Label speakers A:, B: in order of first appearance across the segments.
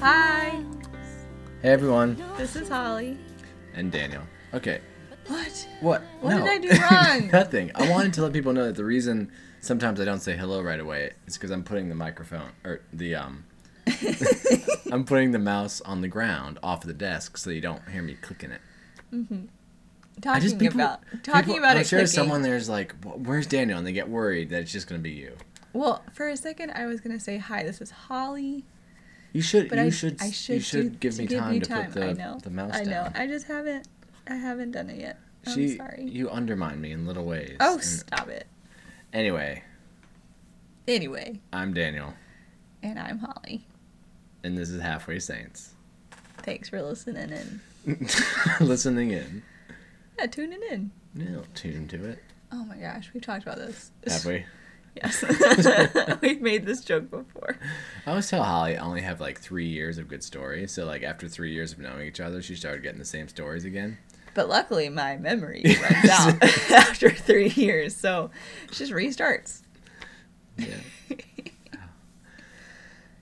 A: Hi,
B: Hey everyone,
A: this is Holly.
B: and Daniel. Okay,
A: What?
B: what?
A: What
B: No.
A: did I do wrong?
B: Nothing. I wanted to let people know that the reason sometimes I don't say hello right away is because I'm putting the microphone or the um, I'm putting the mouse on the ground off the desk so you don't hear me clicking it.
A: Talking
B: I just people
A: about talking
B: people-
A: about
B: I'm
A: it.
B: sure
A: clicking.
B: someone there's like, "Wh- where's Daniel, and they get worried that it's just gonna be you.
A: Well, for a second, I was gonna say hi. This is Holly,
B: You should.
A: but
B: you
A: I
B: should.
A: I should,
B: you should
A: do,
B: give
A: to
B: me
A: give
B: time
A: you
B: to
A: time.
B: put the
A: I know.
B: the mouse
A: I know.
B: down.
A: I just haven't. I haven't done it yet. I'm
B: she,
A: sorry.
B: you undermine me in little ways.
A: oh,
B: And
A: stop it.
B: anyway,
A: Anyway,
B: I'm Daniel,
A: and I'm Holly.
B: and this is Halfway Saints.
A: Thanks for listening and
B: Listening in.
A: yeah, tuning in.
B: Yeah, don't tune to it.
A: Oh my gosh, we've talked about this.
B: Have we?
A: Yes, we've made this joke before.
B: I always tell Holly I only have like three years of good stories. So like after three years of knowing each other, she started getting the same stories again.
A: But luckily, my memory runs out after three years, so it just restarts.
B: Yeah.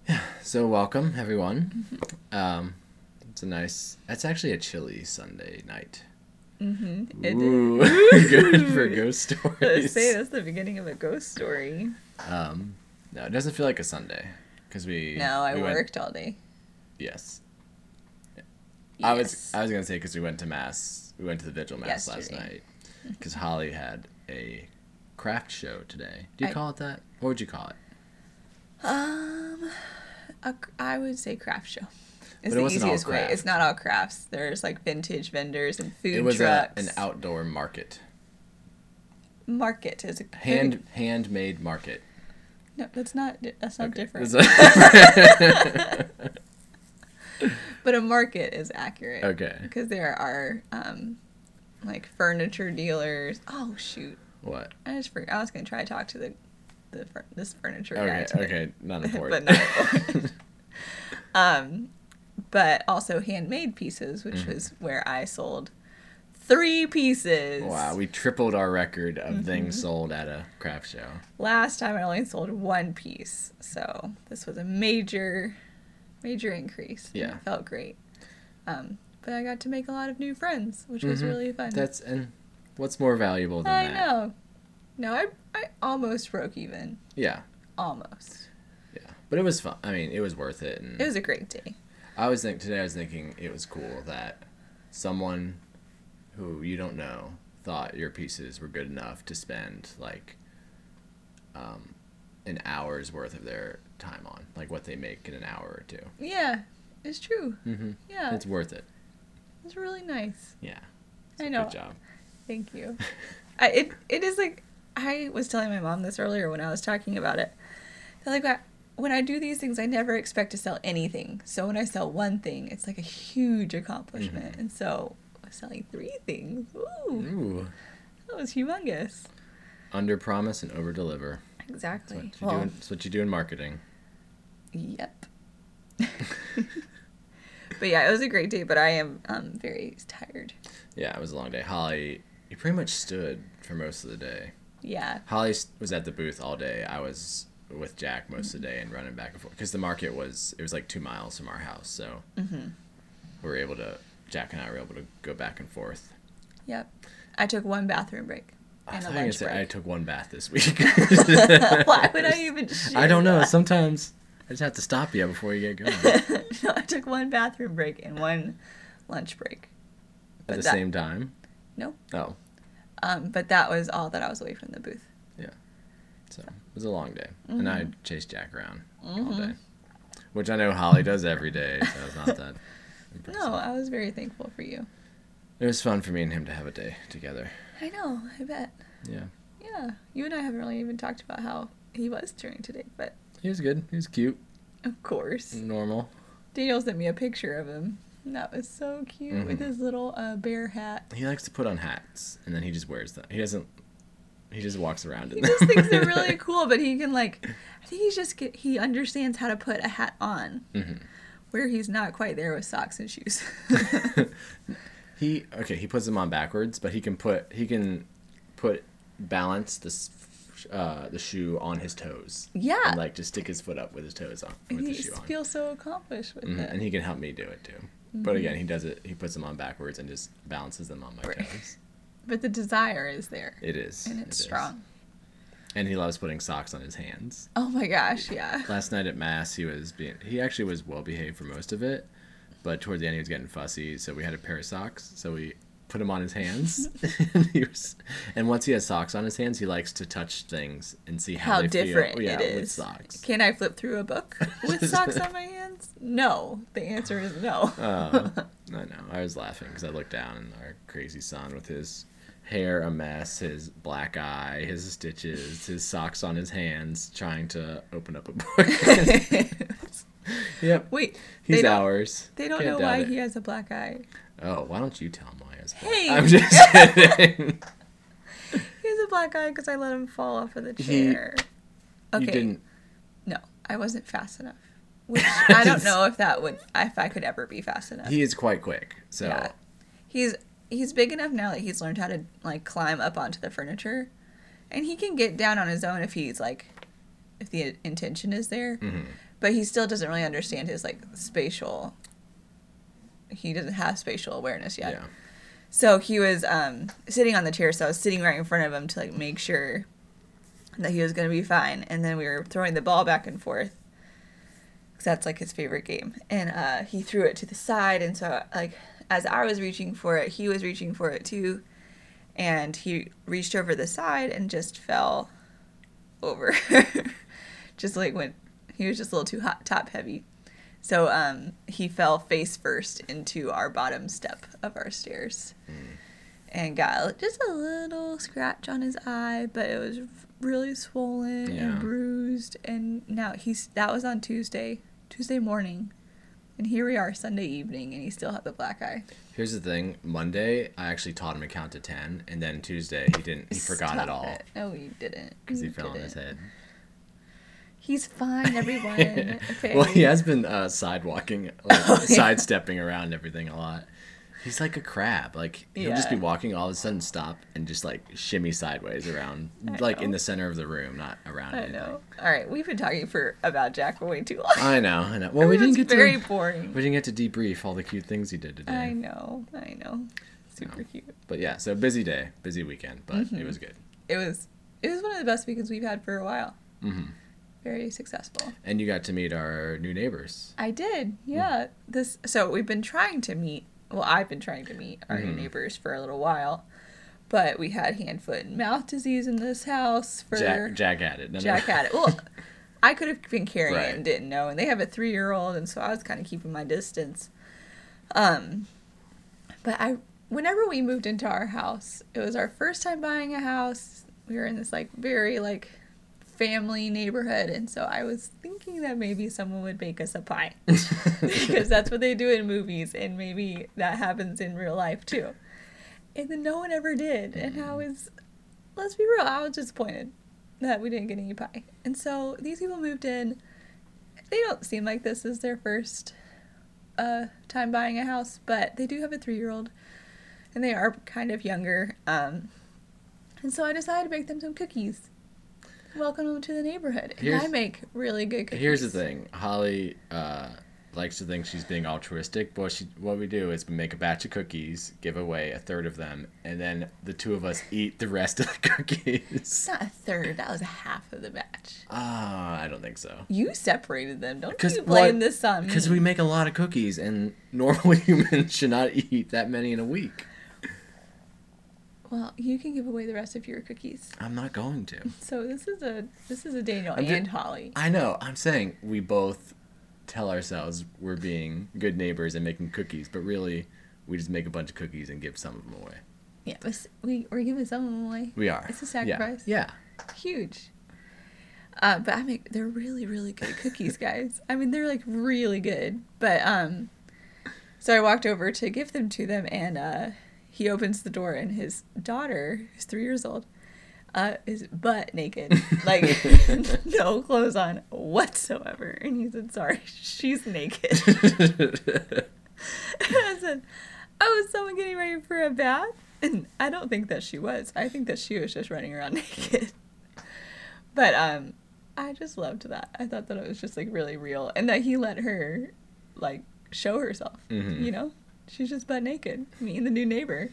B: Yeah, So welcome everyone.
A: Mm-hmm.
B: Um, it's a nice. That's actually a chilly Sunday night.
A: Mm-hmm. It
B: Ooh,
A: is.
B: good for ghost
A: Let's
B: stories.
A: say that's the beginning of a ghost story.
B: Um, no, it doesn't feel like a Sunday because we.
A: No, I
B: we went-
A: worked all day.
B: yes. I was
A: Yes.
B: I was gonna say because we went to mass, we went to the vigil mass last
A: Yesterday.
B: night because Holly had a craft show today. Do you
A: I-
B: call it that? What would you call it?
A: um, a, I would say craft show.
B: But it
A: It's the
B: wasn't all
A: easiest way.
B: craft.
A: It's not all crafts. There's like vintage vendors and food
B: it was a,
A: trucks.
B: an outdoor market,
A: market is a
B: hand handmade market.
A: No, that's not. That's not
B: Okay.
A: different.
B: Is that-
A: But a market is accurate.
B: okay.
A: Because there are um, like furniture dealers. Oh shoot!
B: What?
A: I just forgot. I was gonna try to talk to the, the fur- this furniture guy. today.
B: Okay. Okay. Not
A: But
B: important.
A: not important. Um, but also handmade pieces, which
B: Mm.
A: was where I sold three pieces.
B: wow, we tripled our record
A: Mm-hmm.
B: of things sold at a craft show.
A: Last time I only sold one piece, so this was a major, major increase. and
B: Yeah.
A: it felt great. Um, but I got to make a lot of new friends, which was
B: Mhm.
A: really fun.
B: That's and what's more valuable than
A: I
B: that?
A: know. No, I I almost broke even.
B: Yeah.
A: Almost.
B: Yeah. But it was fun. I mean, it was worth it. And
A: It was a great day.
B: I was think today. I was thinking it was cool that someone who you don't know thought your pieces were good enough to spend like um, an hour's worth of their time on, like what they make in an hour or 2
A: Yeah, it's true.
B: Mm-hmm.
A: Yeah,
B: It's worth it.
A: it's really nice.
B: Yeah.
A: I know.
B: Good job.
A: Thank you. I, it it is like I was telling my mom this earlier when I was talking about it. They're like "Wha- when I do these things, I never expect to sell anything. So when I sell one thing, it's like a huge accomplishment.
B: Mm-hmm.
A: And so selling three things, ooh,
B: Ooh.
A: that was humongous.
B: Under promise and over deliver. That's
A: Exactly.
B: what you do. In, that's what you do in marketing.
A: Yep. but yeah, it was a great day, but I am um, very tired.
B: Yeah, it was a long day. Holly, you pretty much stood for most of the day.
A: Yeah.
B: Holly s- was at the booth all day. I was with Jack most of the day and running back and forth because the market was it was like two miles from our house, so
A: Mm-hmm.
B: we were able to Jack and I were able to go back and forth.
A: Yep. I took one bathroom break
B: I,
A: and a
B: thought you were gonna
A: lunch
B: say, I
A: break.
B: took one bath this week.
A: Why would I even? Share
B: I don't know.
A: that?
B: Sometimes I just have to stop you before you get going
A: no, I took one bathroom break and one lunch break.
B: at
A: But
B: the
A: that-
B: same time.
A: Nope.
B: Oh,
A: Um, but that was all that I was away from the booth.
B: so it was a long day, and I
A: Mm-hmm.
B: chased Jack around all day, which I know Holly does every day. So it's not that. impressive.
A: No, I was very thankful for you.
B: It was fun for me and him to have a day together.
A: I know. I bet.
B: Yeah.
A: Yeah. You and I haven't really even talked about how he was during today, but
B: He was good. He was cute.
A: of
B: Mm.
A: course.
B: Normal.
A: Daniel sent me a picture of him. and That was so cute with
B: Mhm.
A: his little uh, bear hat.
B: He likes to put on hats, and then he just wears them. He doesn't. He just walks around in
A: He
B: them.
A: just thinks they're really cool, but he can like, I think he's just get, he understands how to put a hat on,
B: Mhm.
A: where he's not quite there with socks and shoes.
B: he okay. He puts them on backwards, but he can put he can put balance this uh, the shoe on his toes.
A: Yeah.
B: And, like just stick his foot up with his toes on with
A: And
B: the
A: you
B: shoe
A: just
B: on.
A: feel so accomplished with
B: Mhm,
A: it.
B: And he can help me do it too.
A: Mm-hmm.
B: But again, he does it. He puts them on backwards and just balances them on my
A: Right.
B: toes.
A: but the desire is there.
B: It is.
A: and
B: it
A: it's
B: is.
A: strong.
B: And he loves putting socks on his hands.
A: Oh my gosh, yeah.
B: Last night at mass, he was being. He actually was well behaved for most of it, but toward the end, he was getting fussy. So we had a pair of socks. So we put him on his hands. and he was. And once he has socks on his hands, he likes to touch things and see how,
A: How
B: they
A: different
B: feel.
A: it
B: Yeah,
A: is.
B: with socks.
A: Can I flip through a book with socks on my hands? No. The answer is no.
B: Oh, I know. I was laughing because I looked down and our crazy son with his hair a mess, his black eye, his stitches, his socks on his hands, trying to open up a book. yep.
A: Wait,
B: He's
A: they don't,
B: ours.
A: They don't
B: Can't
A: know
B: doubt
A: why
B: it.
A: he has a black eye.
B: Oh, why don't you tell him why? It's black?
A: Hey!
B: I'm just kidding.
A: He has a black eye because I let him fall off of the
B: He-
A: chair. okay.
B: You didn't.
A: No, I wasn't fast enough. Which I don't know if that would if I could ever be fast enough.
B: He is quite quick, so
A: Yeah. He's he's big enough now that he's learned how to like climb up onto the furniture, and he can get down on his own if he's like, if the intention is there.
B: Hmm. mm-hmm.
A: But he still doesn't really understand his like spatial. He doesn't have spatial awareness
B: yeah.
A: yet. So he was um, sitting on the chair, so I was sitting right in front of him to like make sure that he was going to be fine. And then we were throwing the ball back and forth because that's like his favorite game. And uh, he threw it to the side, and so like as I was reaching for it, he was reaching for it too, and he reached over the side and just fell over, just like went. He was just a little too hot, top heavy. So um, he fell face first into our bottom step of our stairs
B: Hmm.
A: and got a- just a little scratch on his eye, but it was really swollen
B: Yeah.
A: and bruised. And now he's that was on Tuesday, Tuesday morning, and here we are Sunday evening, and he still had the black eye.
B: Here's the thing. Monday, I actually taught him to count to ten, and then Tuesday, he didn't. He forgot
A: Stop
B: it all
A: it. No, he didn't.
B: because he
A: You
B: fell on his
A: didn't.
B: head.
A: He's fine, everyone. okay.
B: Well, he has been uh, sidewalking, like, sidestepping around everything a lot. He's like a crab. Like he'll just be
A: Yeah.
B: walking, all of a sudden stop and just like shimmy sideways around, like in
A: know.
B: the center of the room, not around
A: I
B: anything.
A: know. All right, we've been talking for about Jack for way too long.
B: I know. I know. Well, Oh, we
A: It was
B: didn't get
A: very
B: to
A: boring.
B: we didn't get to debrief all the cute things he did today.
A: I know. I know. Super cute.
B: But yeah, so busy day, busy weekend, but
A: Mm-hmm.
B: it was good.
A: It was. It was one of the best weekends we've had for a while. Mm-hmm. Very successful.
B: And you got to meet our new neighbors.
A: I
B: Mm.
A: did. Yeah. This so we've been trying to meet well, I've been trying to meet our
B: Mm-hmm.
A: new neighbors for a little while. But we had hand, foot, and mouth disease in this house for
B: Jack, Jack had it. No, no,
A: Jack
B: no.
A: had it. Well, I could have been carrying it
B: Right.
A: and didn't know. And they have a three year old, and so I was kind of keeping my distance. Um, but I, whenever we moved into our house, it was our first time buying a house. We were in this like very like family neighborhood, and so I was thinking that maybe someone would bake us a pie because that's what they do in movies, and maybe that happens in real life too. And then no one ever did, and I
B: Mm.
A: was, let's be real, I was disappointed that we didn't get any pie. And so these people moved in. They don't seem like this is their first uh, time buying a house, but they do have a three year old and they are kind of younger. Um, and so I decided to bake them some cookies. Welcome them to the neighborhood. And I
B: Here's-
A: make really good cookies.
B: Here's the thing, Holly uh, likes to think she's being altruistic, but she, what we do is we make a batch of cookies, give away a third of them, and then the two of us eat the rest of the
A: It's
B: cookies.
A: not a third, that was half of the batch.
B: Ah, I don't think so.
A: You separated them. Don't
B: 'Cause
A: you blame
B: what-
A: this on me.
B: Because we make a lot of cookies, and normal humans should not eat that many in a week.
A: Well, you can give away the rest of your cookies.
B: I'm not going to.
A: So this is a this is a Daniel
B: I'm ju-
A: and Holly.
B: I know. I'm saying we both tell ourselves we're being good neighbors and making cookies, but really, we just make a bunch of cookies and give some of them away.
A: Yeah, but s- we we're giving some of them away.
B: We are.
A: It's a
B: Yeah.
A: sacrifice.
B: Yeah.
A: Huge. Uh, but I make they're really really good cookies, guys. I mean they're like really good. But um, so I walked over to give them to them, and uh, he opens the door, and his daughter, who's three years old, uh, is butt naked, like no clothes on whatsoever. And he said, "Sorry, she's naked." I said, "Oh, is someone getting ready for a bath?" And I don't think that she was. I think that she was just running around naked. But um, I just loved that. I thought that it was just like really real, and that he let her like show herself.
B: Mhm.
A: You know, she's just butt naked. Me and the new neighbor.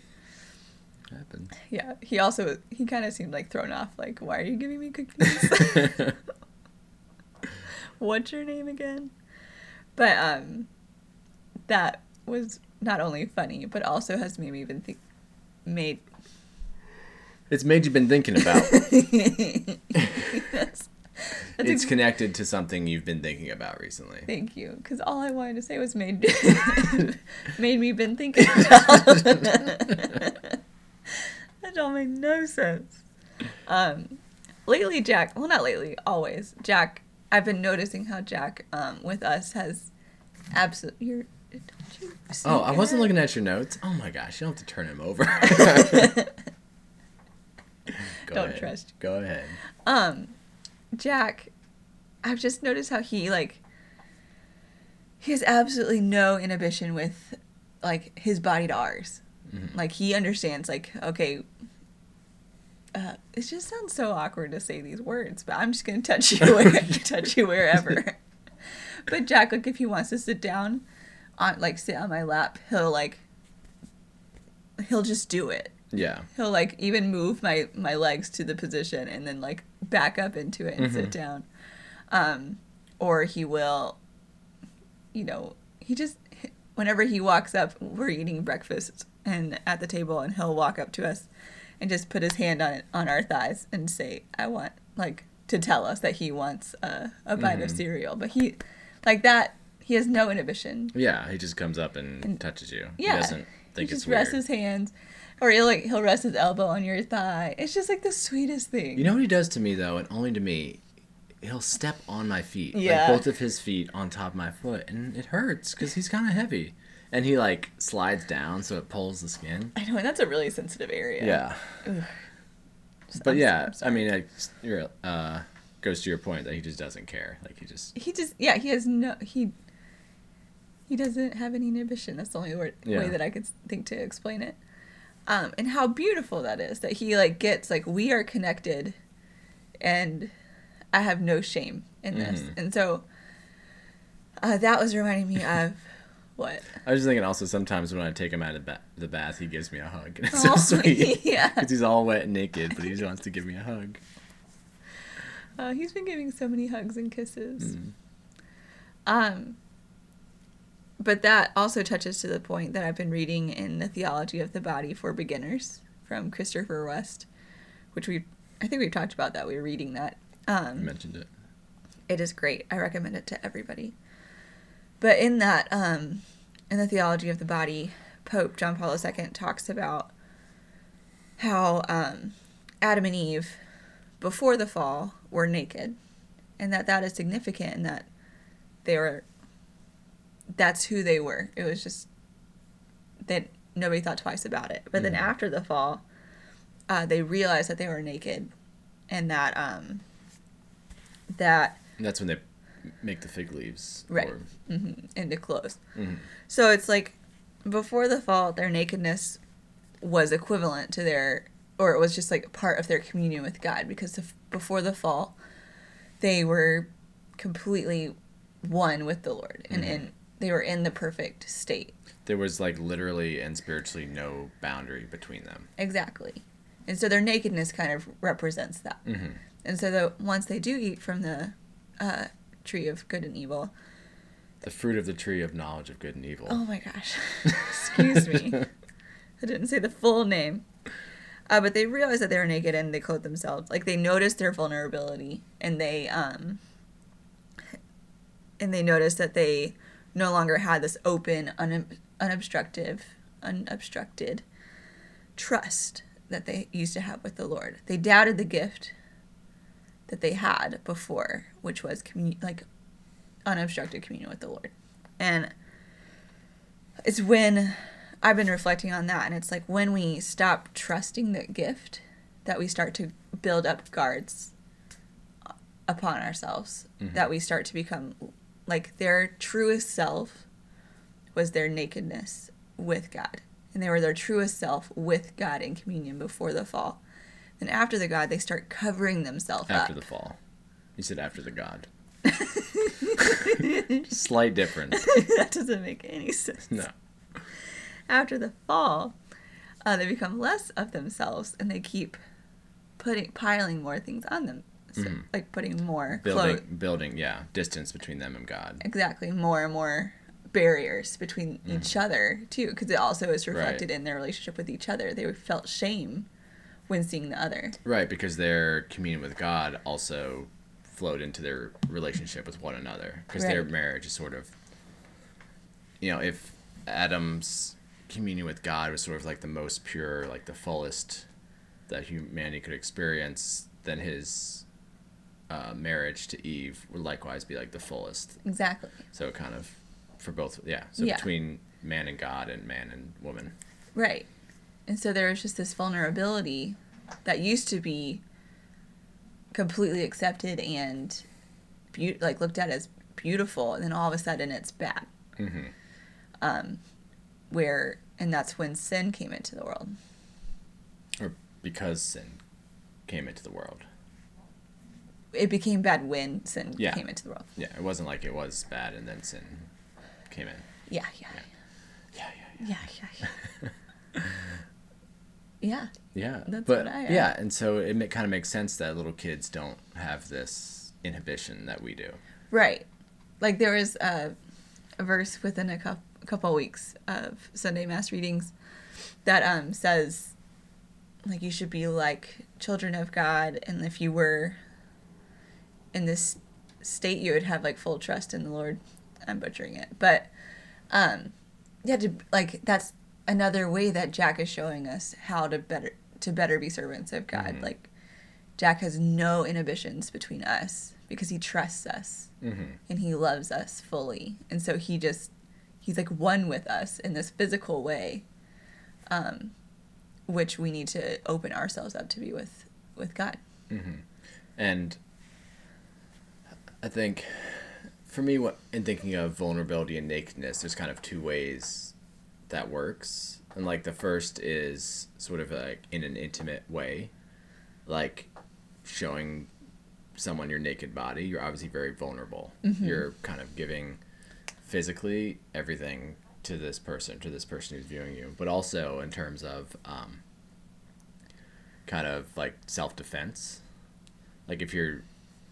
B: Happens.
A: Yeah. He also he kind of seemed like thrown off. Like, why are you giving me cookies? What's your name again? But um, that was not only funny, but also has made me even think. Made
B: it's made you been thinking about.
A: that's, that's
B: it's
A: a-
B: connected to something you've been thinking about recently.
A: Thank you, because all I wanted to say was made made me been thinking about. that don't make no sense. Um, lately, Jack. Well, not lately. Always, Jack. I've been noticing how Jack um, with us has absolutely. You're. Don't you
B: Oh, I wasn't
A: at.
B: looking at your notes. Oh my gosh, you don't have to turn him over. Go
A: Don't
B: ahead.
A: trust.
B: Go ahead.
A: um jack i've just noticed how he like he has absolutely no inhibition with like his body to ours like he understands like okay uh, it just sounds so awkward to say these words but i'm just gonna touch you where, touch you wherever but jack like if he wants to sit down on like sit on my lap he'll like he'll just do it
B: Yeah.
A: he'll like even move my my legs to the position and then like back up into it and sit down um or he will you know he just whenever he walks up we're eating breakfast and at the table and he'll walk up to us and just put his hand on on our thighs and say i want like to tell us that he wants a, a bite of cereal but he like that he has no inhibition
B: Yeah, he just comes up and, touches you.
A: yeah.
B: He doesn't think
A: he
B: it's
A: just
B: weird.
A: rests his hands, or he'll like he'll rest his elbow on your thigh. It's just like the sweetest thing.
B: You know what he does to me though, and only to me, he'll step on my feet,
A: Yeah.
B: like both of his feet on top of my foot, and it hurts because he's kind of heavy, and he like slides down so it pulls the skin.
A: I know, and that's a really sensitive area.
B: Yeah,
A: Just-
B: but
A: I'm-
B: yeah,
A: I'm
B: I
A: sorry.
B: mean, it you're, uh, goes to your point that he just doesn't care. Like he just
A: he just yeah he has no he. He doesn't have any inhibition. That's the only word,
B: Yeah.
A: way that I could think to explain it. Um, and how beautiful that is that he like gets like we are connected, and I have no shame in this.
B: Mhm.
A: And so uh, that was reminding me of what
B: I was just thinking also sometimes when I take him out of the, ba- the bath, he gives me a hug. And it's
A: Oh,
B: so sweet.
A: yeah.
B: Because he's all wet and naked, but he just wants to give me a hug.
A: Uh, he's been giving so many hugs and kisses. Um, but that also touches to the point that I've been reading in the Theology of the Body for Beginners from Christopher West, which we I think we've talked about that. We were reading that.
B: I
A: Um,
B: mentioned it.
A: it is great. I recommend it to everybody. But in that, um, in the theology of the body, Pope John Paul II talks about how um, Adam and Eve, before the fall, were naked, and that that is significant, and that they were. That's who they were. It was just that nobody thought twice about it. But then
B: Mhm.
A: after the fall, uh, they realized that they were naked, and that um, that
B: And that's when they make the fig leaves.
A: Right.
B: Or,
A: into clothes.
B: Mhm.
A: So it's like before the fall, their nakedness was equivalent to their, or it was just like part of their communion with God because the, before the fall, they were completely one with the Lord and in, they were in the perfect state.
B: there was like literally and spiritually no boundary between them.
A: Exactly. And so their nakedness kind of represents that. And so the, once they do eat from the uh, tree of good and evil,
B: The fruit of the tree of knowledge of good and evil.
A: Oh my gosh. Excuse me. I didn't say the full name. Uh, but they realized that they were naked and they clothed themselves. Like they noticed their vulnerability and they um and they noticed that they no longer had this open, un- unobstructive, unobstructed trust that they used to have with the Lord. They doubted the gift that they had before, which was commun- like unobstructed communion with the Lord. And it's when I've been reflecting on that, and it's like when we stop trusting the gift, that we start to build up guards upon ourselves, that we start to become like their truest self was their nakedness with God. And they were their truest self with God in communion before the fall. Then after the god, they start covering themselves
B: After
A: up.
B: the fall. You said after the god. Slight difference.
A: that doesn't make any sense.
B: No.
A: After the fall, uh, they become less of themselves and they keep putting piling more things on them, so, like putting more
B: Mm-hmm. Building,
A: clothes,
B: building, yeah. Distance between them and God.
A: exactly more and more barriers between
B: Mm-hmm.
A: each other too, because it also is reflected in their relationship with each other. They felt shame when seeing the other.
B: Right, because their communion with God also flowed into their relationship with one another. Because their
A: Right.
B: marriage is sort of, you know, if Adam's communion with God was sort of like the most pure, like the fullest that humanity could experience, then his uh, marriage to Eve would likewise be like the fullest.
A: Exactly.
B: So it kind of, for both, yeah. So
A: Yeah.
B: between man and God and man and woman.
A: Right. And so there was just this vulnerability that used to be completely accepted and be- like looked at as beautiful, and then all of a sudden it's bad. Um, where and that's when sin came into the world.
B: Or because sin came into the world.
A: It became bad when sin
B: Yeah.
A: came into the world.
B: Yeah, it wasn't like it was bad and then sin came in.
A: Yeah, yeah,
B: Yeah, yeah,
A: yeah, yeah, yeah.
B: yeah. Yeah,
A: That's
B: but
A: what I-
B: yeah, and so it ma- kind of makes sense that little kids don't have this inhibition that we do.
A: Right. Like there was a, a verse within a couple, couple weeks of Sunday mass readings that um says like you should be like children of God and if you were in this state you would have like full trust in the Lord. I'm butchering it. But um yeah to like that's another way that Jack is showing us how to better to better be servants of God. Like Jack has no inhibitions between us because he trusts us and he loves us fully. And so he just, he's like one with us in this physical way, um, which we need to open ourselves up to be with, with God.
B: And I think for me, what in thinking of vulnerability and nakedness, there's kind of two ways that works. And like the first is sort of like in an intimate way, like showing someone your naked body, you're obviously very vulnerable. You're kind of giving physically everything to this person, to this person who's viewing you, but also in terms of um, kind of like self defense. Like if you're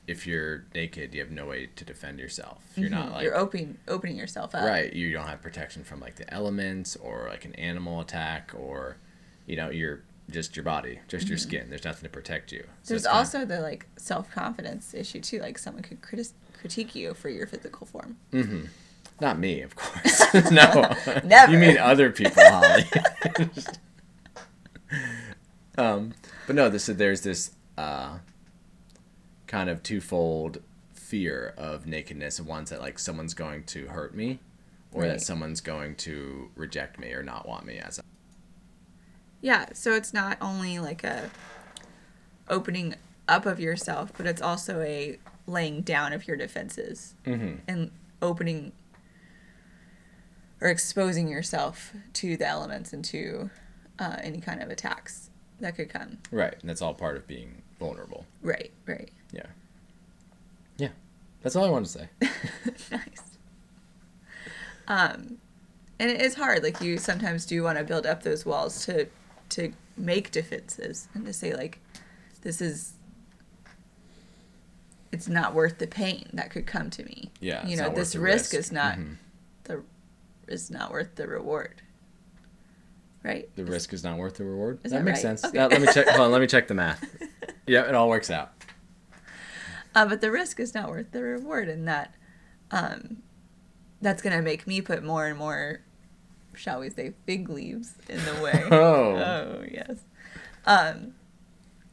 B: if you're naked, you have no way to defend yourself. You're not like
A: You're opening, opening yourself up.
B: right you don't have protection from like the elements or like an animal attack or you know you're just your body just your skin there's nothing to protect you So
A: Mm-hmm. There's
B: it's kind of-
A: also the like self-confidence issue too. Like someone could critis- critique you for your physical form.
B: not me of course no
A: Never.
B: you mean other people holly um but no this there's this uh kind of twofold fear of nakedness and one's that like someone's going to hurt me or
A: Right.
B: that someone's going to reject me or not want me as
A: Yeah, so it's not only like a opening up of yourself, but it's also a laying down of your defenses and opening or exposing yourself to the elements and to uh, any kind of attacks that could come.
B: Right, and that's all part of being vulnerable.
A: Right, right.
B: Yeah. Yeah. That's all I wanted to say.
A: nice. Um, and it is hard. Like you sometimes do want to build up those walls to to make defenses and to say like, this is. It's not worth the pain that could come to me.
B: Yeah,
A: you
B: it's
A: know
B: not worth
A: this
B: the
A: risk,
B: risk. Mm-hmm.
A: is not the is not worth the reward. Right.
B: The
A: Is-
B: risk is not worth the reward.
A: Is
B: that,
A: that
B: makes
A: right?
B: sense.
A: Okay.
B: Now, let me check. Hold on. Let me check the math. Yeah, it all works out.
A: Uh, but the risk is not worth the reward, and that um, that's going to make me put more and more, shall we say, fig leaves in the way.
B: Oh.
A: Oh, yes. Um,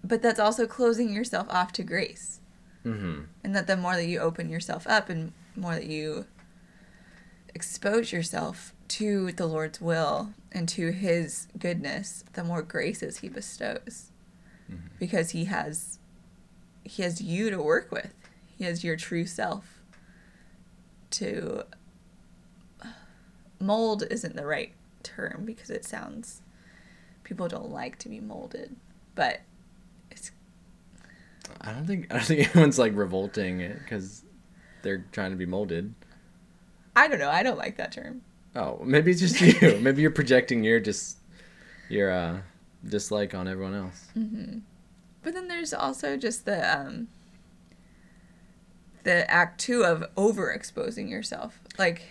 A: but that's also closing yourself off to grace.
B: Mm-hmm.
A: And that the more that you open yourself up and more that you expose yourself to the Lord's will and to His goodness, the more graces He bestows. Because He has He has you to work with. He has your true self to mold isn't the right term because it sounds people don't like to be molded, but It's
B: I don't think I don't think anyone's like revolting it because they're trying to be molded.
A: I don't know. I don't like that term.
B: Oh, maybe it's just you. maybe you're projecting your dis your uh, dislike on everyone else.
A: Mm-hmm. But then there's also just the um, the act too of overexposing yourself. Like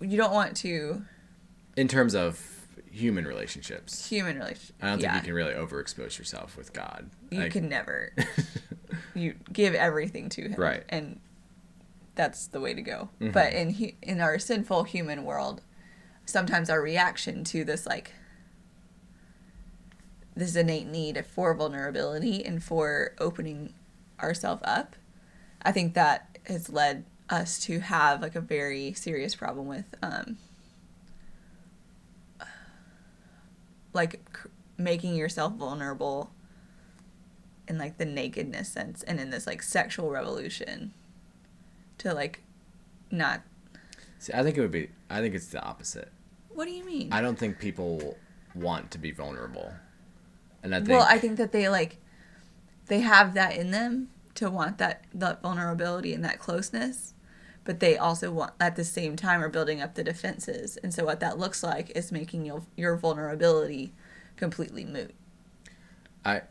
A: you don't want to
B: In terms of human relationships,
A: human relation.
B: I don't think
A: yeah.
B: you can really overexpose yourself with God.
A: You
B: Like,
A: can never. you give everything to him,
B: Right.
A: And that's the way to go. But in hu- in our sinful human world, sometimes our reaction to this like this innate need for vulnerability and for opening ourselves up, I think that has led us to have like a very serious problem with um, like c- making yourself vulnerable in like the nakedness sense and in this like sexual revolution to like not
B: See, I think it would be. I think it's the opposite.
A: what do you mean
B: I don't think people want to be vulnerable, and I think
A: well i think that they like they have that in them to want that that vulnerability and that closeness but they also want at the same time are building up the defenses and so what that looks like is making your your vulnerability completely moot
B: I,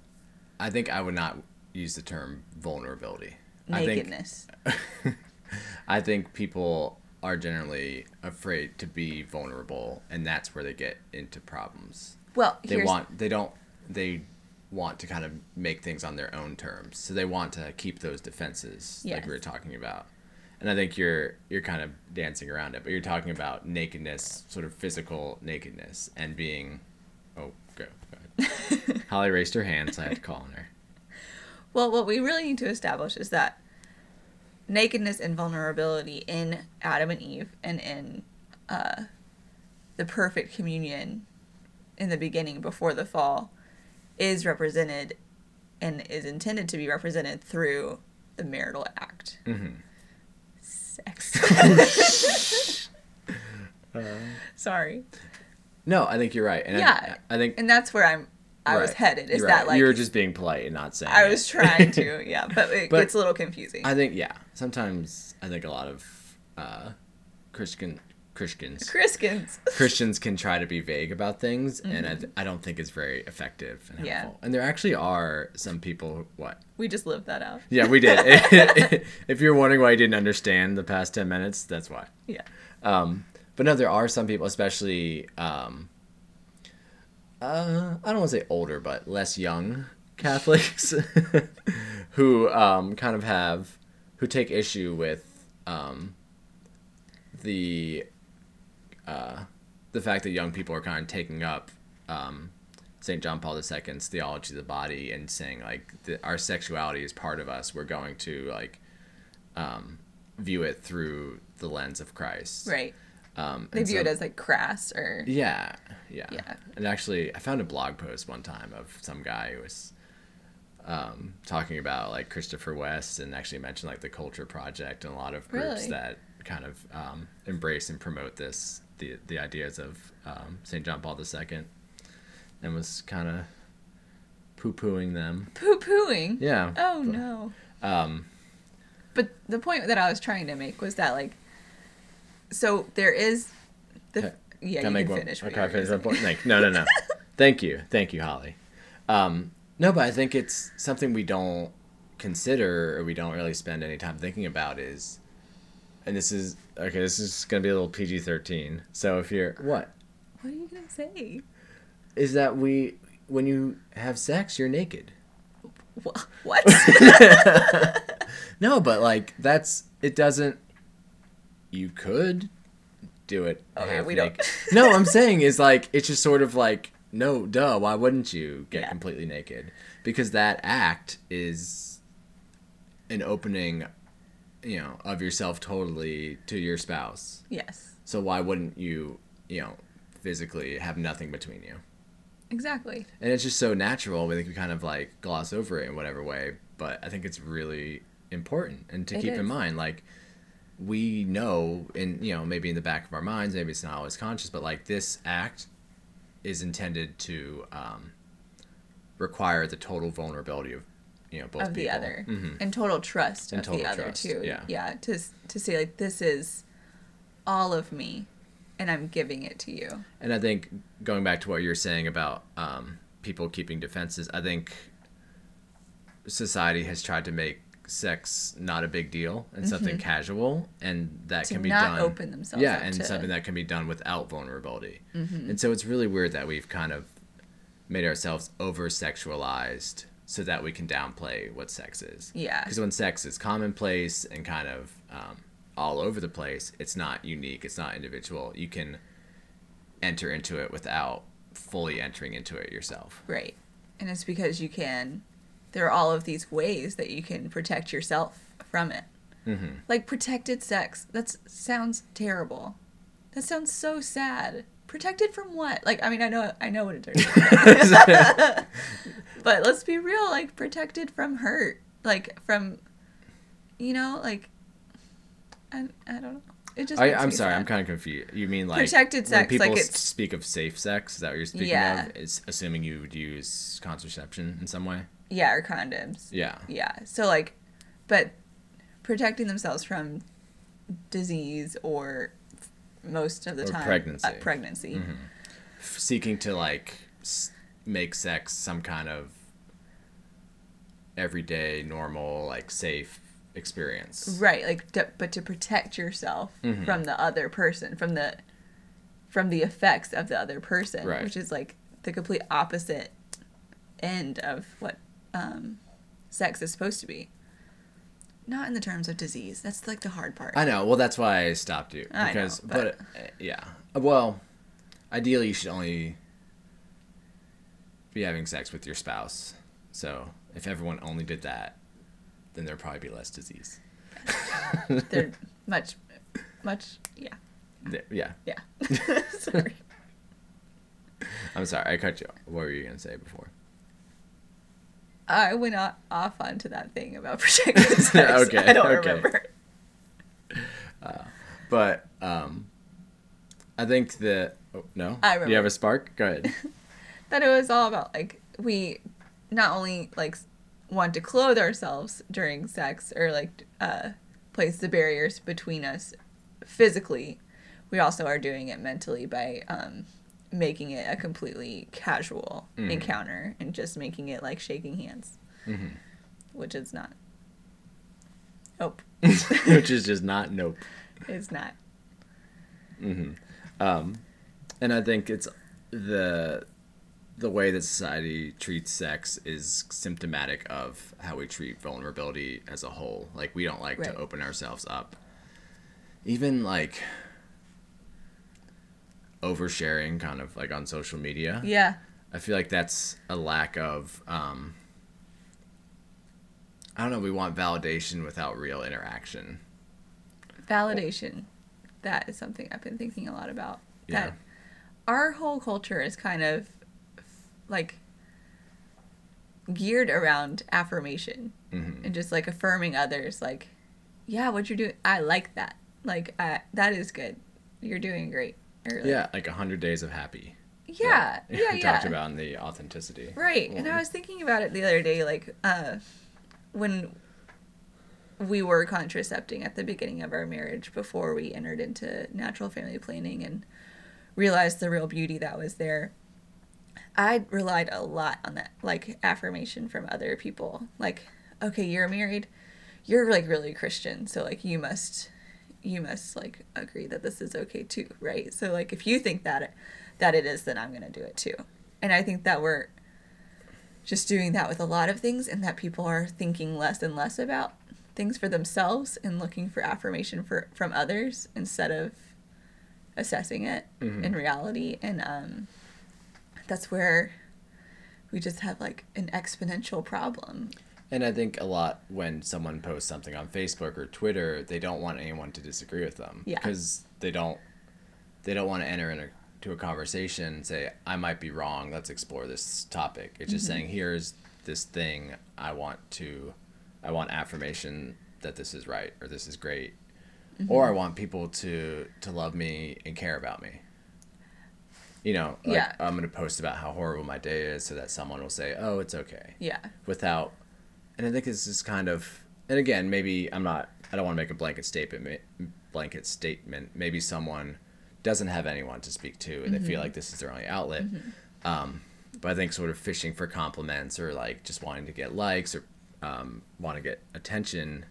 B: I think I would not use the term vulnerability.
A: nakedness
B: I think I think people are generally afraid to be vulnerable, and that's where they get into problems.
A: well
B: They
A: here's,
B: want they don't they want to kind of make things on their own terms, so they want to keep those defenses like we were
A: Yes.
B: talking about. And I think you're you're kind of dancing around it, but you're talking about nakedness, sort of physical nakedness, and being. Oh, go. go ahead. Holly raised her hand, so I had to call on her.
A: Well, what we really need to establish is that nakedness and vulnerability in Adam and Eve and in uh, the perfect communion in the beginning before the fall is represented and is intended to be represented through the marital act.
B: Mm-hmm.
A: Sex. Sorry.
B: No, I think you're right, and
A: Yeah.
B: I, I think
A: And that's where I'm. I was
B: Right.
A: headed. Is
B: You're
A: that
B: right.
A: like
B: you were just being polite and not saying?
A: I
B: it.
A: was trying to, yeah, but it
B: But
A: gets a little confusing.
B: I think yeah. Sometimes I think a lot of uh, Christian Christians
A: Criskins.
B: Christians can try to be vague about things, and I, I don't think it's very effective and
A: Yeah.
B: helpful. And there actually are some people who, what.
A: We just lived that out.
B: Yeah, we did. if you're wondering why you didn't understand the past 10 minutes, that's why.
A: Yeah.
B: Um, but no, there are some people, especially um, uh, I don't want to say older, but less young Catholics, who um, kind of have who take issue with um, the uh, the fact that young people are kind of taking up um, St. John Paul II's theology of the body and saying like the, our sexuality is part of us. We're going to like um, view it through the lens of Christ.
A: Right.
B: Um,
A: They
B: and
A: view
B: so-
A: it as like crass or
B: yeah, yeah,
A: Yeah.
B: And actually, I found a blog post one time of some guy who was um, talking about like Christopher West and actually mentioned like the Culture Project and a lot of groups
A: Really?
B: that kind of um, embrace and promote this the the ideas of um, Saint John Paul II, and was kind of poo pooing them.
A: poo pooing.
B: Yeah.
A: Oh no.
B: Um,
A: But the point that I was trying to make was that like, so there is the
B: Okay.
A: yeah
B: Can I
A: you
B: make
A: can
B: one-
A: finish. what
B: Okay,
A: you
B: I
A: were
B: finish my
A: saying.
B: point. Like, no, no, no. Thank you, thank you, Holly. Um, no, but I think it's something we don't consider or we don't really spend any time thinking about is, and this is okay. This is gonna be a little PG thirteen. So if you're what
A: What are you gonna say?
B: is that we when you have sex you're naked.
A: Wha- What?
B: No, but like that's it doesn't. You could do it.
A: Okay,
B: half
A: Oh, we don't-
B: naked. no, I'm saying is like it's just sort of like no, duh. Why wouldn't you get
A: Yeah.
B: completely naked? Because that act is an opening, you know, of yourself totally to your spouse.
A: yes.
B: So why wouldn't you, you know, physically have nothing between you?
A: Exactly.
B: and it's just so natural. We think we kind of like gloss over it in whatever way, but I think it's really important and to
A: It
B: keep in
A: is.
B: mind, like we know, and you know, maybe in the back of our minds, maybe it's not always conscious, but like this act is intended to um, require the total vulnerability of you know both
A: of the
B: people. Mm-hmm.
A: other and total trust
B: And
A: of
B: total
A: the other
B: trust,
A: too.
B: yeah.
A: to s- to say like this is all of me, and I'm giving it to you.
B: And I think going back to what you're saying about um, people keeping defenses, I think society has tried to make sex not a big deal and something casual, and that
A: Mm-hmm. To
B: can be
A: not
B: done.
A: open themselves
B: yeah,
A: up
B: and
A: to- Mm-hmm.
B: something that can be done without vulnerability. And so it's really weird that we've kind of made ourselves over sexualized so that we can downplay what sex is.
A: Yeah.
B: Because when sex is commonplace and kind of um, all over the place, it's not unique, it's not individual. You can enter into it without fully entering into it yourself.
A: Right. And it's because you can, there are all of these ways that you can protect yourself from it. Mm-hmm. Like protected sex. That sounds terrible. That sounds so sad. Protected from what? Like, I mean, I know, I know what it is. but let's be real. Like, protected from hurt. Like, from, you know, like, I, I don't know. It just.
B: I,
A: makes
B: I'm
A: me
B: sorry,
A: sad.
B: I'm kind of confused. You mean like
A: Protected sex,
B: When people
A: like
B: s-
A: it's-
B: speak of safe sex. Is that what you're speaking
A: Yeah.
B: of? It's assuming you would use contraception in some way.
A: yeah, or condoms.
B: Yeah.
A: Yeah. So like, but protecting themselves from disease or f- most of the
B: Or
A: time
B: pregnancy. Mm-hmm.
A: uh, pregnancy.
B: f- seeking to like s- make sex some kind of everyday normal like safe experience
A: Right. Like, to, but to protect yourself
B: Mm-hmm.
A: from the other person, from the from the effects of the other person,
B: Right.
A: which is like the complete opposite end of what um, sex is supposed to be. Not in the terms of disease. That's like the hard part.
B: i know well that's why i stopped you
A: I know,
B: because
A: but-
B: but, uh, yeah well ideally you should only be having sex with your spouse so if everyone only did that then there'd probably be less disease
A: They're much, much. Yeah.
B: There- yeah
A: Yeah. Sorry.
B: i'm sorry i cut you off. what were you gonna say before
A: I went o- off onto that thing about protecting sex.
B: Okay,
A: I don't
B: okay.
A: remember.
B: but um i think that oh, no
A: I
B: do you have
A: remember.
B: a spark go ahead
A: That it was all about like we not only like s- want to clothe ourselves during sex or like uh, place the barriers between us physically, we also are doing it mentally by um, making it a completely casual
B: Mm-hmm.
A: encounter and just making it like shaking hands,
B: Mm-hmm.
A: which is not. Oh,
B: which is just not nope.
A: it's not.
B: Um, And I think it's the the way that society treats sex is symptomatic of how we treat vulnerability as a whole. Like we don't like
A: Right.
B: to open ourselves up. Even like oversharing kind of like on social media.
A: Yeah.
B: I feel like that's a lack of um I don't know, we want validation without real interaction.
A: validation that is something i've been thinking a lot about
B: Yeah.
A: that our whole culture is kind of like geared around affirmation
B: Mm-hmm.
A: and just like affirming others like yeah what you're doing i like that like I, that is good you're doing great Or, like,
B: Yeah, like a hundred days of happy.
A: yeah
B: that
A: yeah
B: we
A: yeah
B: talked about in the authenticity.
A: Right. And I was thinking about it the other day, like uh, when we were contracepting at the beginning of our marriage before we entered into natural family planning and realized the real beauty that was there. I relied a lot on that, like affirmation from other people. Like, okay, you're married. You're like really Christian, so like you must you must like agree that this is okay too, right? So like if you think that it, that it is, then I'm going to do it too. And I think that we're just doing that with a lot of things and that people are thinking less and less about things for themselves and looking for affirmation for from others instead of assessing it in reality and um that's where we just have like an exponential problem
B: And I think a lot when someone posts something on Facebook or Twitter, they don't want anyone to disagree with them
A: Yeah.
B: because they don't they don't want to enter into to a conversation and say I might be wrong. Let's explore this topic. It's
A: Mm-hmm.
B: just saying here's this thing I want to I want affirmation that this is right or this is great.
A: Mm-hmm.
B: Or I want people to to love me and care about me. You know, like
A: Yeah.
B: I'm gonna post about how horrible my day is so that someone will say, "Oh, it's okay."
A: Yeah.
B: without and i think this is kind of and again maybe i'm not i don't want to make a blanket statement ma- blanket statement maybe someone doesn't have anyone to speak to and they feel like this is their only outlet um, but i think sort of fishing for compliments or like just wanting to get likes or um, want to get attention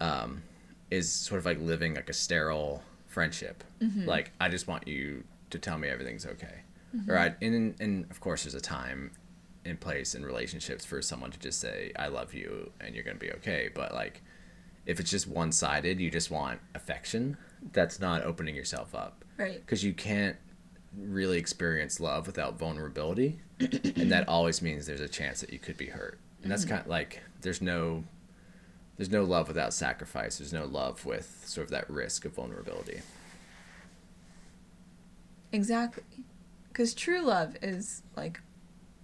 B: um, is sort of like living like a sterile friendship like i just want you to tell me everything's okay or I, and, and of course there's a time in place in relationships for someone to just say i love you and you're going to be okay but like if it's just one-sided you just want affection that's not opening yourself up
A: Right.
B: because you can't really experience love without vulnerability and that always means there's a chance that you could be hurt and
A: Mm-hmm.
B: that's kind of like there's no there's no love without sacrifice there's no love with sort of that risk of vulnerability
A: Exactly. Because true love is like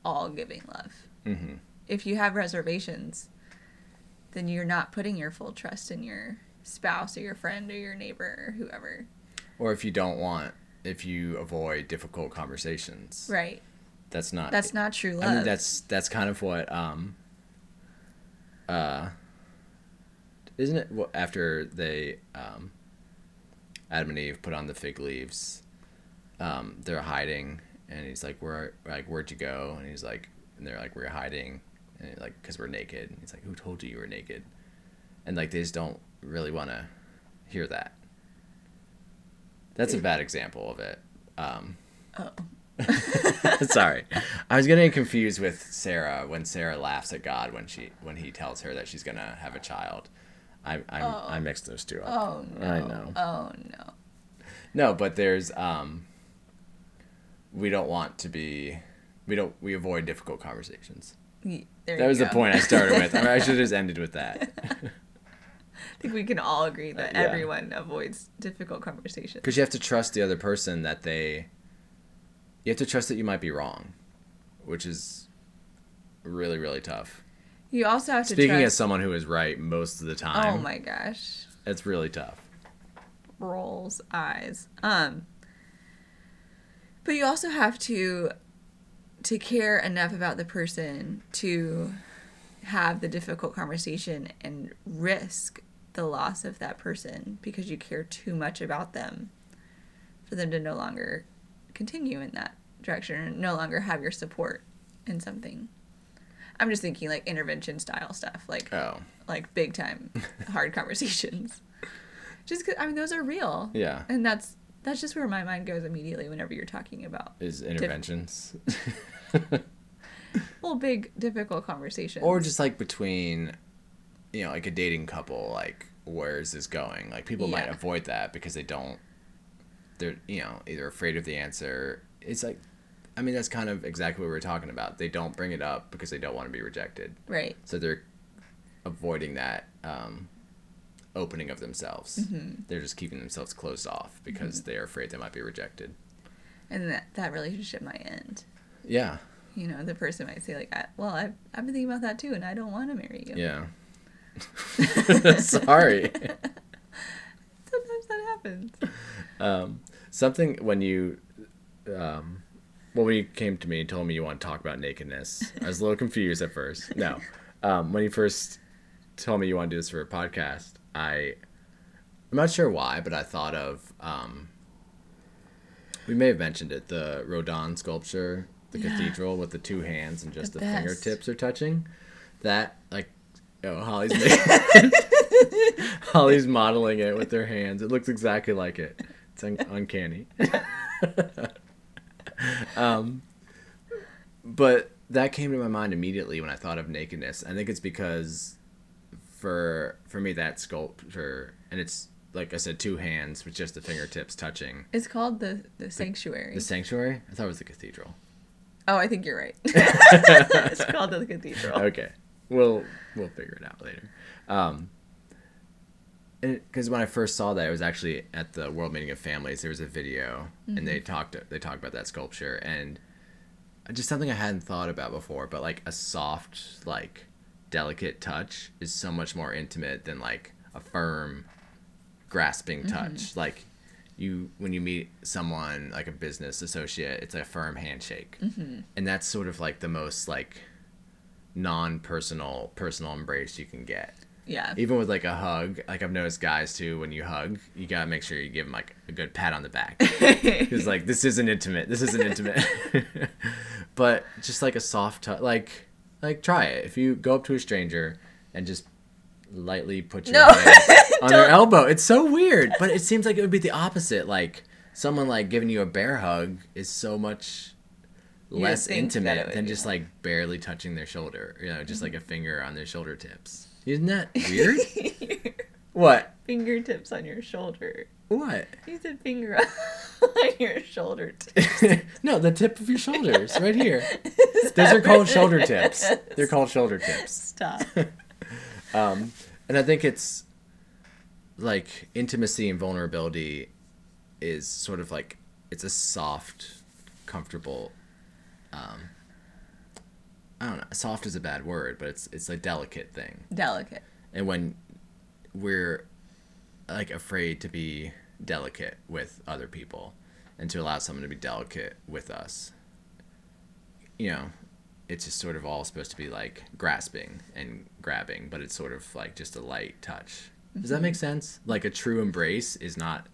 A: all giving love.
B: mm-hmm.
A: If you have reservations, then you're not putting your full trust in your spouse or your friend or your neighbor or whoever.
B: or if you don't want if you avoid difficult conversations
A: Right.
B: that's not
A: That's not true love.
B: I mean, that's that's kind of what um uh isn't it what after they um Adam and Eve put on the fig leaves um they're hiding and he's like where like where'd you go and he's like and they're like we're hiding and he's like cuz we're naked and he's like who told you you were naked and like they just don't really want to hear that that's a bad example of it um
A: oh.
B: Sorry, I was getting confused with Sarah when Sarah laughs at God when she when he tells her that she's gonna have a child. I I,
A: Oh.
B: I mixed those two up.
A: Oh no.
B: I know.
A: Oh no.
B: No, but there's um. We don't want to be, we don't we avoid difficult conversations.
A: Ye- There
B: That
A: you
B: was the
A: go.
B: point I started with. I, should have just ended with that
A: I think we can all agree that
B: Uh, yeah.
A: everyone avoids difficult conversations.
B: because you have to trust the other person that they. You have to trust that you might be wrong, which is really really tough.
A: You also have to
B: Speaking as
A: trust.
B: someone who is right most of the time,
A: oh my gosh.
B: it's really tough.
A: rolls eyes. Um, but you also have to to care enough about the person to have the difficult conversation and risk the loss of that person because you care too much about them for them to no longer continue in that direction or no longer have your support in something. I'm just thinking like intervention style stuff, like
B: Oh,
A: like big time hard conversations. Just 'cause- I mean those are real.
B: yeah.
A: And that's that's just where my mind goes immediately whenever you're talking about
B: Is interventions.
A: well big difficult conversations.
B: or just like between, you know, like a dating couple, like, where is this going? Like, people might
A: Yeah.
B: avoid that because they don't, they're, you know, either afraid of the answer. It's like, I mean, that's kind of exactly what we were talking about. They don't bring it up because they don't want to be rejected.
A: right.
B: So they're avoiding that um, opening of themselves. They're just keeping themselves closed off because they're afraid they might be rejected.
A: And that that relationship might end.
B: Yeah.
A: You know, the person might say like, I, "Well, I've I've been thinking about that too, and I don't want to marry you."
B: Yeah. Sorry.
A: Sometimes that happens.
B: Um, something when you, um, well, when you came to me and told me you want to talk about nakedness, I was a little confused at first. No, um, when you first told me you want to do this for a podcast, I, I'm not sure why, but I thought of, um, we may have mentioned it, the Rodin sculpture, the
A: Yeah.
B: cathedral with the two hands and just
A: The
B: the,
A: best.
B: fingertips are touching. That like, oh, Holly's making. Holly's modeling it with their hands. It looks exactly like it. It's un- uncanny. um, but that came to my mind immediately when I thought of nakedness. I think it's because for for me that sculpture and it's like I said, two hands with just the fingertips touching.
A: It's called the the sanctuary.
B: The sanctuary? I thought it was the cathedral.
A: oh, I think you're right. it's called the cathedral.
B: Okay. We'll we'll figure it out later. Um because when I first saw that, it was actually at the World Meeting of Families. There was a video, and they talked they talked about that sculpture, and just something I hadn't thought about before. But like a soft, like delicate touch is so much more intimate than like a firm, grasping touch. Like you when you meet someone like a business associate, it's a firm handshake, and that's sort of like the most like non-personal personal embrace you can get.
A: Yeah.
B: Even with like a hug, like I've noticed guys too, when you hug, you gotta make sure you give them like a good pat on the back. Because like this isn't intimate. This isn't intimate. but just like a soft touch, like like try it. If you go up to a stranger and just lightly put your
A: No.
B: hand on their
A: Don't.
B: elbow, it's so weird. But it seems like it would be the opposite. Like someone like giving you a bear hug is so much less
A: think that Mm-hmm. it
B: intimate
A: would
B: than
A: be.
B: just like barely touching their shoulder. You know, just like a finger on their shoulder tips. Isn't that weird? what?
A: Fingertips on your shoulder.
B: What?
A: You said finger on your shoulder.
B: no, the tip of your shoulders, right here. Those are called shoulder tips. They're called shoulder tips.
A: Stop.
B: Um, and I think it's like intimacy and vulnerability is sort of like it's a soft, comfortable. Um, I don't know. Soft is a bad word, but it's it's a delicate thing.
A: Delicate.
B: and when we're like afraid to be delicate with other people and to allow someone to be delicate with us you know it's just sort of all supposed to be like grasping and grabbing but it's sort of like just a light touch does that make sense like a true embrace is not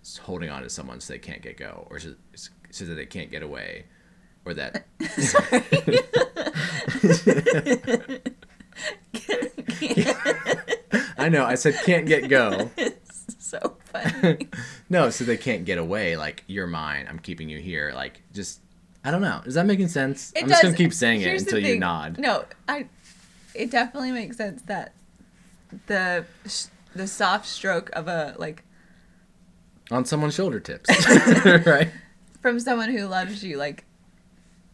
B: s- holding on to someone so they can't get go or so, so that they can't get away or that i know i said can't get go
A: It's so funny.
B: No, so they can't get away. Like you're mine. I'm keeping you here. Like just, I don't know. Is that making sense?
A: It
B: I'm just gonna
A: does-
B: keep saying
A: here's
B: it
A: the
B: until you
A: thing.
B: nod.
A: No, I. It definitely makes sense that the sh- the soft stroke of a like
B: On someone's shoulder tips, right?
A: from someone who loves you, like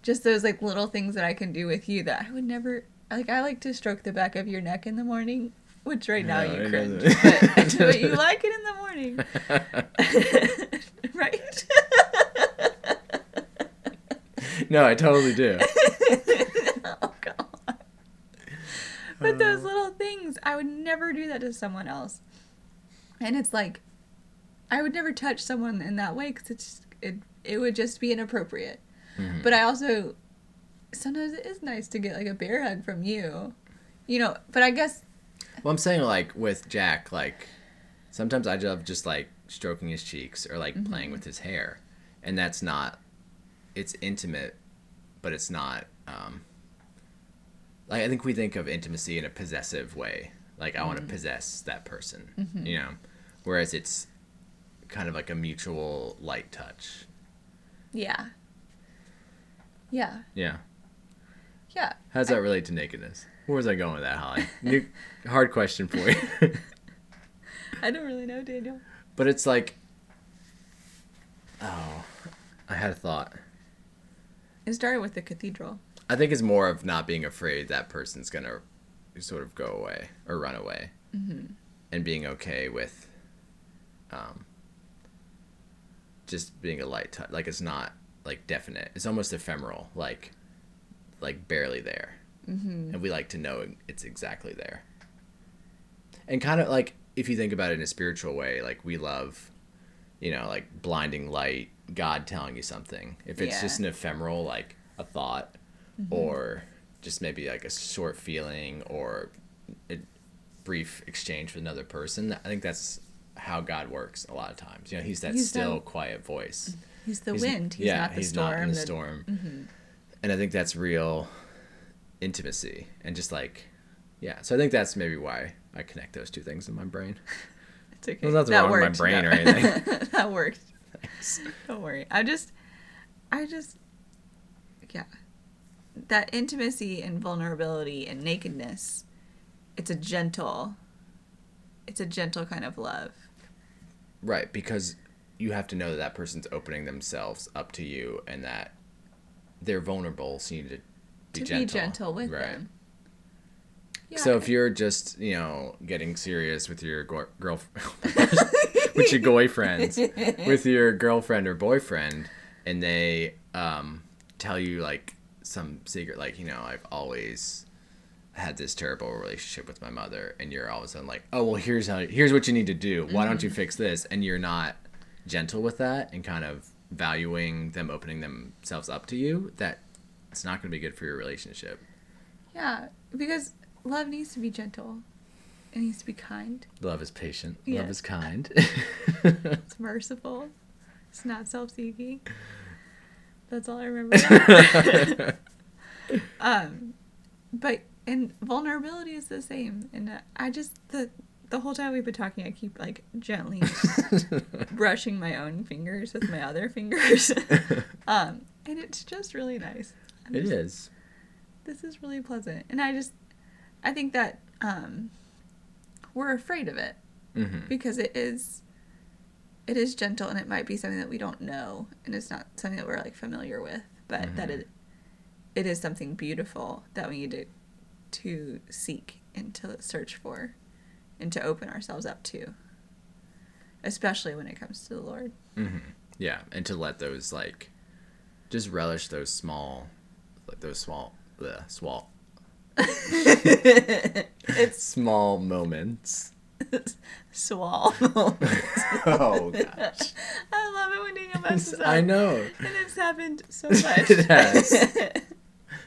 A: just those like little things that I can do with you that I would never like. I like to stroke the back of your neck in the morning, which right now
B: No,
A: you
B: it
A: cringe,
B: doesn't.
A: but, but you like it in the morning, right?
B: No, I totally do.
A: oh god! But
B: Uh.
A: those little things, I would never do that to someone else, and it's like I would never touch someone in that way because it's just, it it would just be inappropriate.
B: Mm-hmm.
A: But I also sometimes it is nice to get like a bear hug from you, you know. But I guess
B: Well, I'm saying like with Jack, like sometimes I love just like stroking his cheeks or like playing with his hair, and that's not. It's intimate, but it's not. Um, like I think we think of intimacy in a possessive way. Like I want to possess that person, you know, whereas it's kind of like a mutual light touch.
A: yeah, yeah,
B: Yeah.
A: yeah.
B: How does that relate to nakedness? Where was I going with that, Holly? New, hard question for you.
A: I don't really know, Daniel.
B: But it's like, oh, I had a thought.
A: It started with the cathedral.
B: I think it's more of not being afraid that person's gonna sort of go away or run away, and being okay with, um, just being a light touch. Like it's not like definite. It's almost ephemeral. Like, like barely there. And we like to know it's exactly there. And kind of like if you think about it in a spiritual way, like we love, you know, like blinding light, God telling you something. If it's
A: Yeah.
B: just an ephemeral, like a thought, or just maybe like a short feeling or a brief exchange with another person, I think that's how God works a lot of times. You know, He's that
A: He's that-
B: still quiet voice.
A: He's the
B: He's-
A: wind. He's not the
B: he's
A: storm. Mm-hmm.
B: not in the
A: that-
B: storm. And I think that's real intimacy and just like, yeah. So I think that's maybe why I connect those two things in my brain.
A: It's okay.
B: There's nothing
A: That
B: wrong with my
A: worked. That-
B: brain or anything.
A: that worked. Don't worry. I just, I just, yeah. That intimacy and vulnerability and nakedness, it's a gentle, it's a gentle kind of love.
B: Right, because you have to know that that person's opening themselves up to you and that they're vulnerable, so you need to be
A: to
B: gentle.
A: be gentle with them. Yeah.
B: So if you're just, you know, getting serious with your go- girl, with your boyfriends, with your girlfriend or boyfriend, and they um, tell you like some secret, like you know, I've always had this terrible relationship with my
A: Mm-hmm.
B: mother, and you're all of a sudden like, oh well, here's how, here's what you need to do. Why don't you fix this? And you're not, gentle with that and kind of valuing them opening themselves up to you, that it's not going to be good for your relationship.
A: Yeah, because love needs to be gentle. It needs to be kind.
B: Love is patient. Love
A: Yeah.
B: is kind.
A: It's merciful. It's not self-seeking. That's all I remember. um, but and vulnerability is the same. And uh, I just the the whole time we've been talking, I keep like gently brushing my own fingers with my other fingers. um, and it's just really nice. I'm
B: it
A: just-
B: is.
A: This is really pleasant, and I just I think that um, we're afraid of it
B: hmm
A: because it is it is gentle and it might be something that we don't know and it's not something that we're like familiar with but that
B: Mhm.
A: it it is something beautiful that we need to to seek and to search for and to open ourselves up to especially when it comes to the lord
B: Yeah, and to let those like just relish those small, like those small, bleh, small,
A: it's
B: small moments.
A: swall
B: oh gosh,
A: i love it when daniel messes up
B: I know.
A: and it's happened so much
B: It has.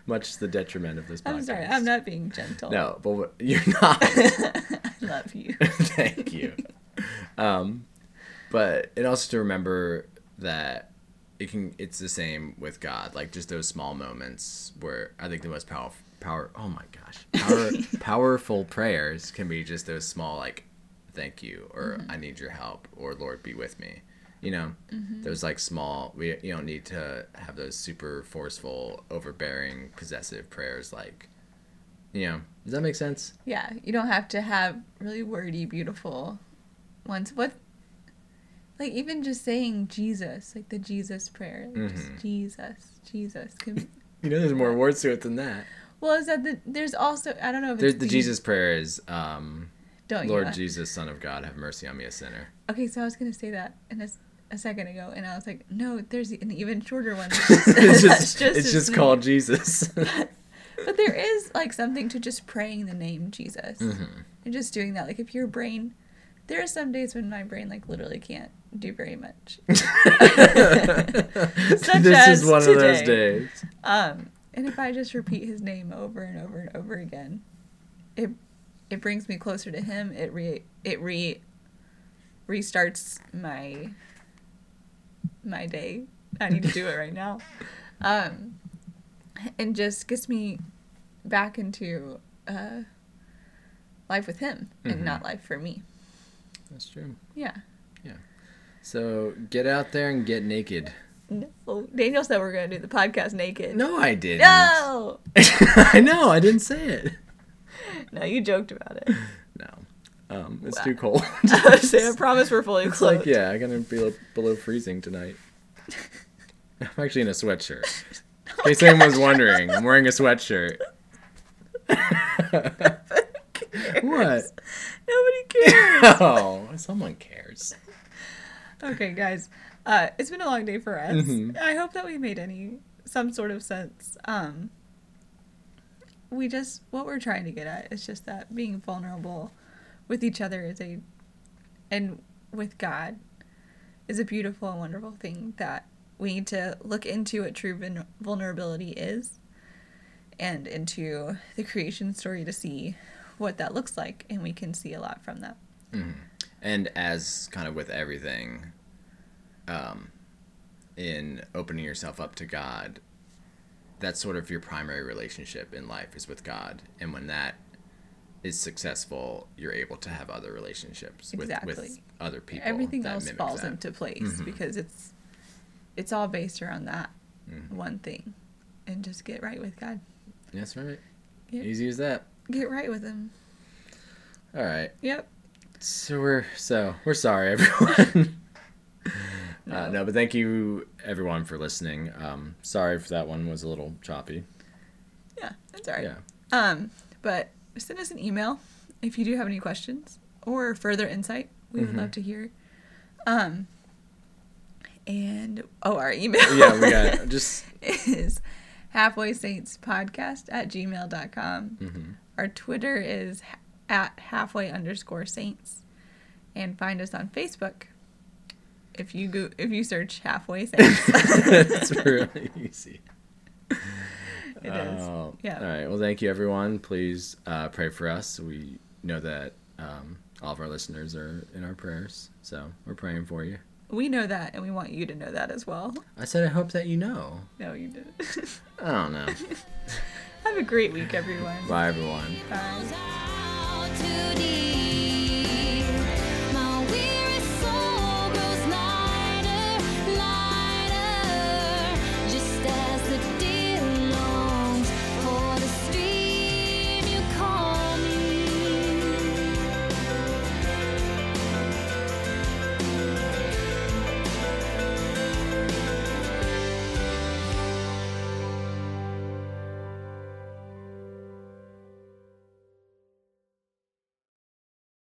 B: Much to the detriment of this podcast.
A: i'm sorry i'm not being gentle
B: No, but what- you're not.
A: i love you
B: Thank you. Um, but and also to remember that it can. It's the same with God. Like just those small moments where I think the most powerful power. Oh my gosh, power, powerful prayers can be just those small like, thank you or I need your help or Lord be with me. You know, those like small. We you don't need to have those super forceful, overbearing, possessive prayers. Like, you know, does that make sense?
A: Yeah, you don't have to have really wordy, beautiful ones. What, like even just saying Jesus, like the Jesus prayer, like
B: Mhm.
A: just Jesus, Jesus. Can,
B: You know, there's more words to it than that.
A: well, is that the? There's also I don't know if
B: There's
A: it's
B: the Jesus prayer is, um,
A: Don't you?
B: Lord
A: know?
B: Jesus, Son of God, have mercy on me, a sinner.
A: Okay, so I was gonna say that in a, s- a second ago, and I was like, no, there's an even shorter one.
B: it's
A: That's
B: just, it's
A: his
B: just
A: name.
B: called Jesus.
A: But there is like something to just praying the name Jesus
B: Mm-hmm.
A: and just doing that. Like if your brain, there are some days when my brain like literally can't do very much. Such
B: this
A: as
B: is one of those
A: today.
B: days.
A: Um, and if I just repeat his name over and over and over again, it it brings me closer to him. It re it re restarts my my day. I need to do it right now. Um, and just gets me back into uh, life with him and
B: Mhm.
A: not life for me.
B: That's true.
A: Yeah.
B: So get out there and get naked.
A: No. Daniel said we're gonna do the podcast naked.
B: No, I didn't.
A: No.
B: I know, I didn't say it.
A: No, you joked about it.
B: No. Um, it's
A: Wow.
B: too cold.
A: Sam, I promise we're fully
B: It's
A: clothed.
B: like, yeah, I'm going to be below, below freezing tonight. I'm actually in a sweatshirt. In case anyone was wondering, I'm wearing a sweatshirt. what?
A: Nobody cares.
B: Oh, someone cares.
A: okay, guys, uh, it's been a long day for us.
B: Mhm.
A: I hope that we made any some sort of sense. Um, we just what we're trying to get at is just that being vulnerable with each other is a and with God is a beautiful and wonderful thing that we need to look into what true vul- vulnerability is and into the creation story to see what that looks like and we can see a lot from that.
B: And as kind of with everything, um, in opening yourself up to God, that's sort of your primary relationship in life is with God. And when that is successful, you're able to have other relationships with, with
A: Exactly.
B: other people.
A: everything
B: that
A: else
B: mimic
A: falls
B: that. Mm-hmm.
A: into place because it's it's all based around that
B: Mm-hmm.
A: one thing and just get right with god
B: That's right.
A: Yeah.
B: Easy as that.
A: get right with him
B: All right.
A: yep
B: So we're so we're sorry, everyone. Uh,
A: No.
B: no, but thank you everyone for listening. Um, sorry if that one was a little choppy.
A: yeah that's all right
B: Yeah.
A: um but send us an email if you do have any questions or further insight we would
B: Mm-hmm.
A: love to hear um and oh our email
B: Yeah, we got just
A: is halfway saints podcast at gmail.com
B: Mhm.
A: our twitter is ha- at halfway underscore saints and find us on facebook if you go if you search halfway things.
B: it's really easy.
A: It is.
B: Oh,
A: Yeah.
B: All right. Well, thank you, everyone. Please uh, pray for us. We know that um, all of our listeners are in our prayers, so we're praying for you.
A: We know that, and we want you to know that as well.
B: I said, I hope that you know.
A: No, you didn't.
B: I don't know.
A: Have a great week, everyone.
B: Bye, everyone.
A: Bye.
C: out to the